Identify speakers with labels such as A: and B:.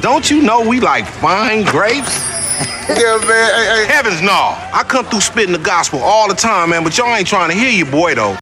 A: Don't you know we like fine grapes?
B: Yeah, man. Hey, hey.
A: Heavens, no. I come through spitting the gospel all the time, man, but y'all ain't trying to hear your boy, though.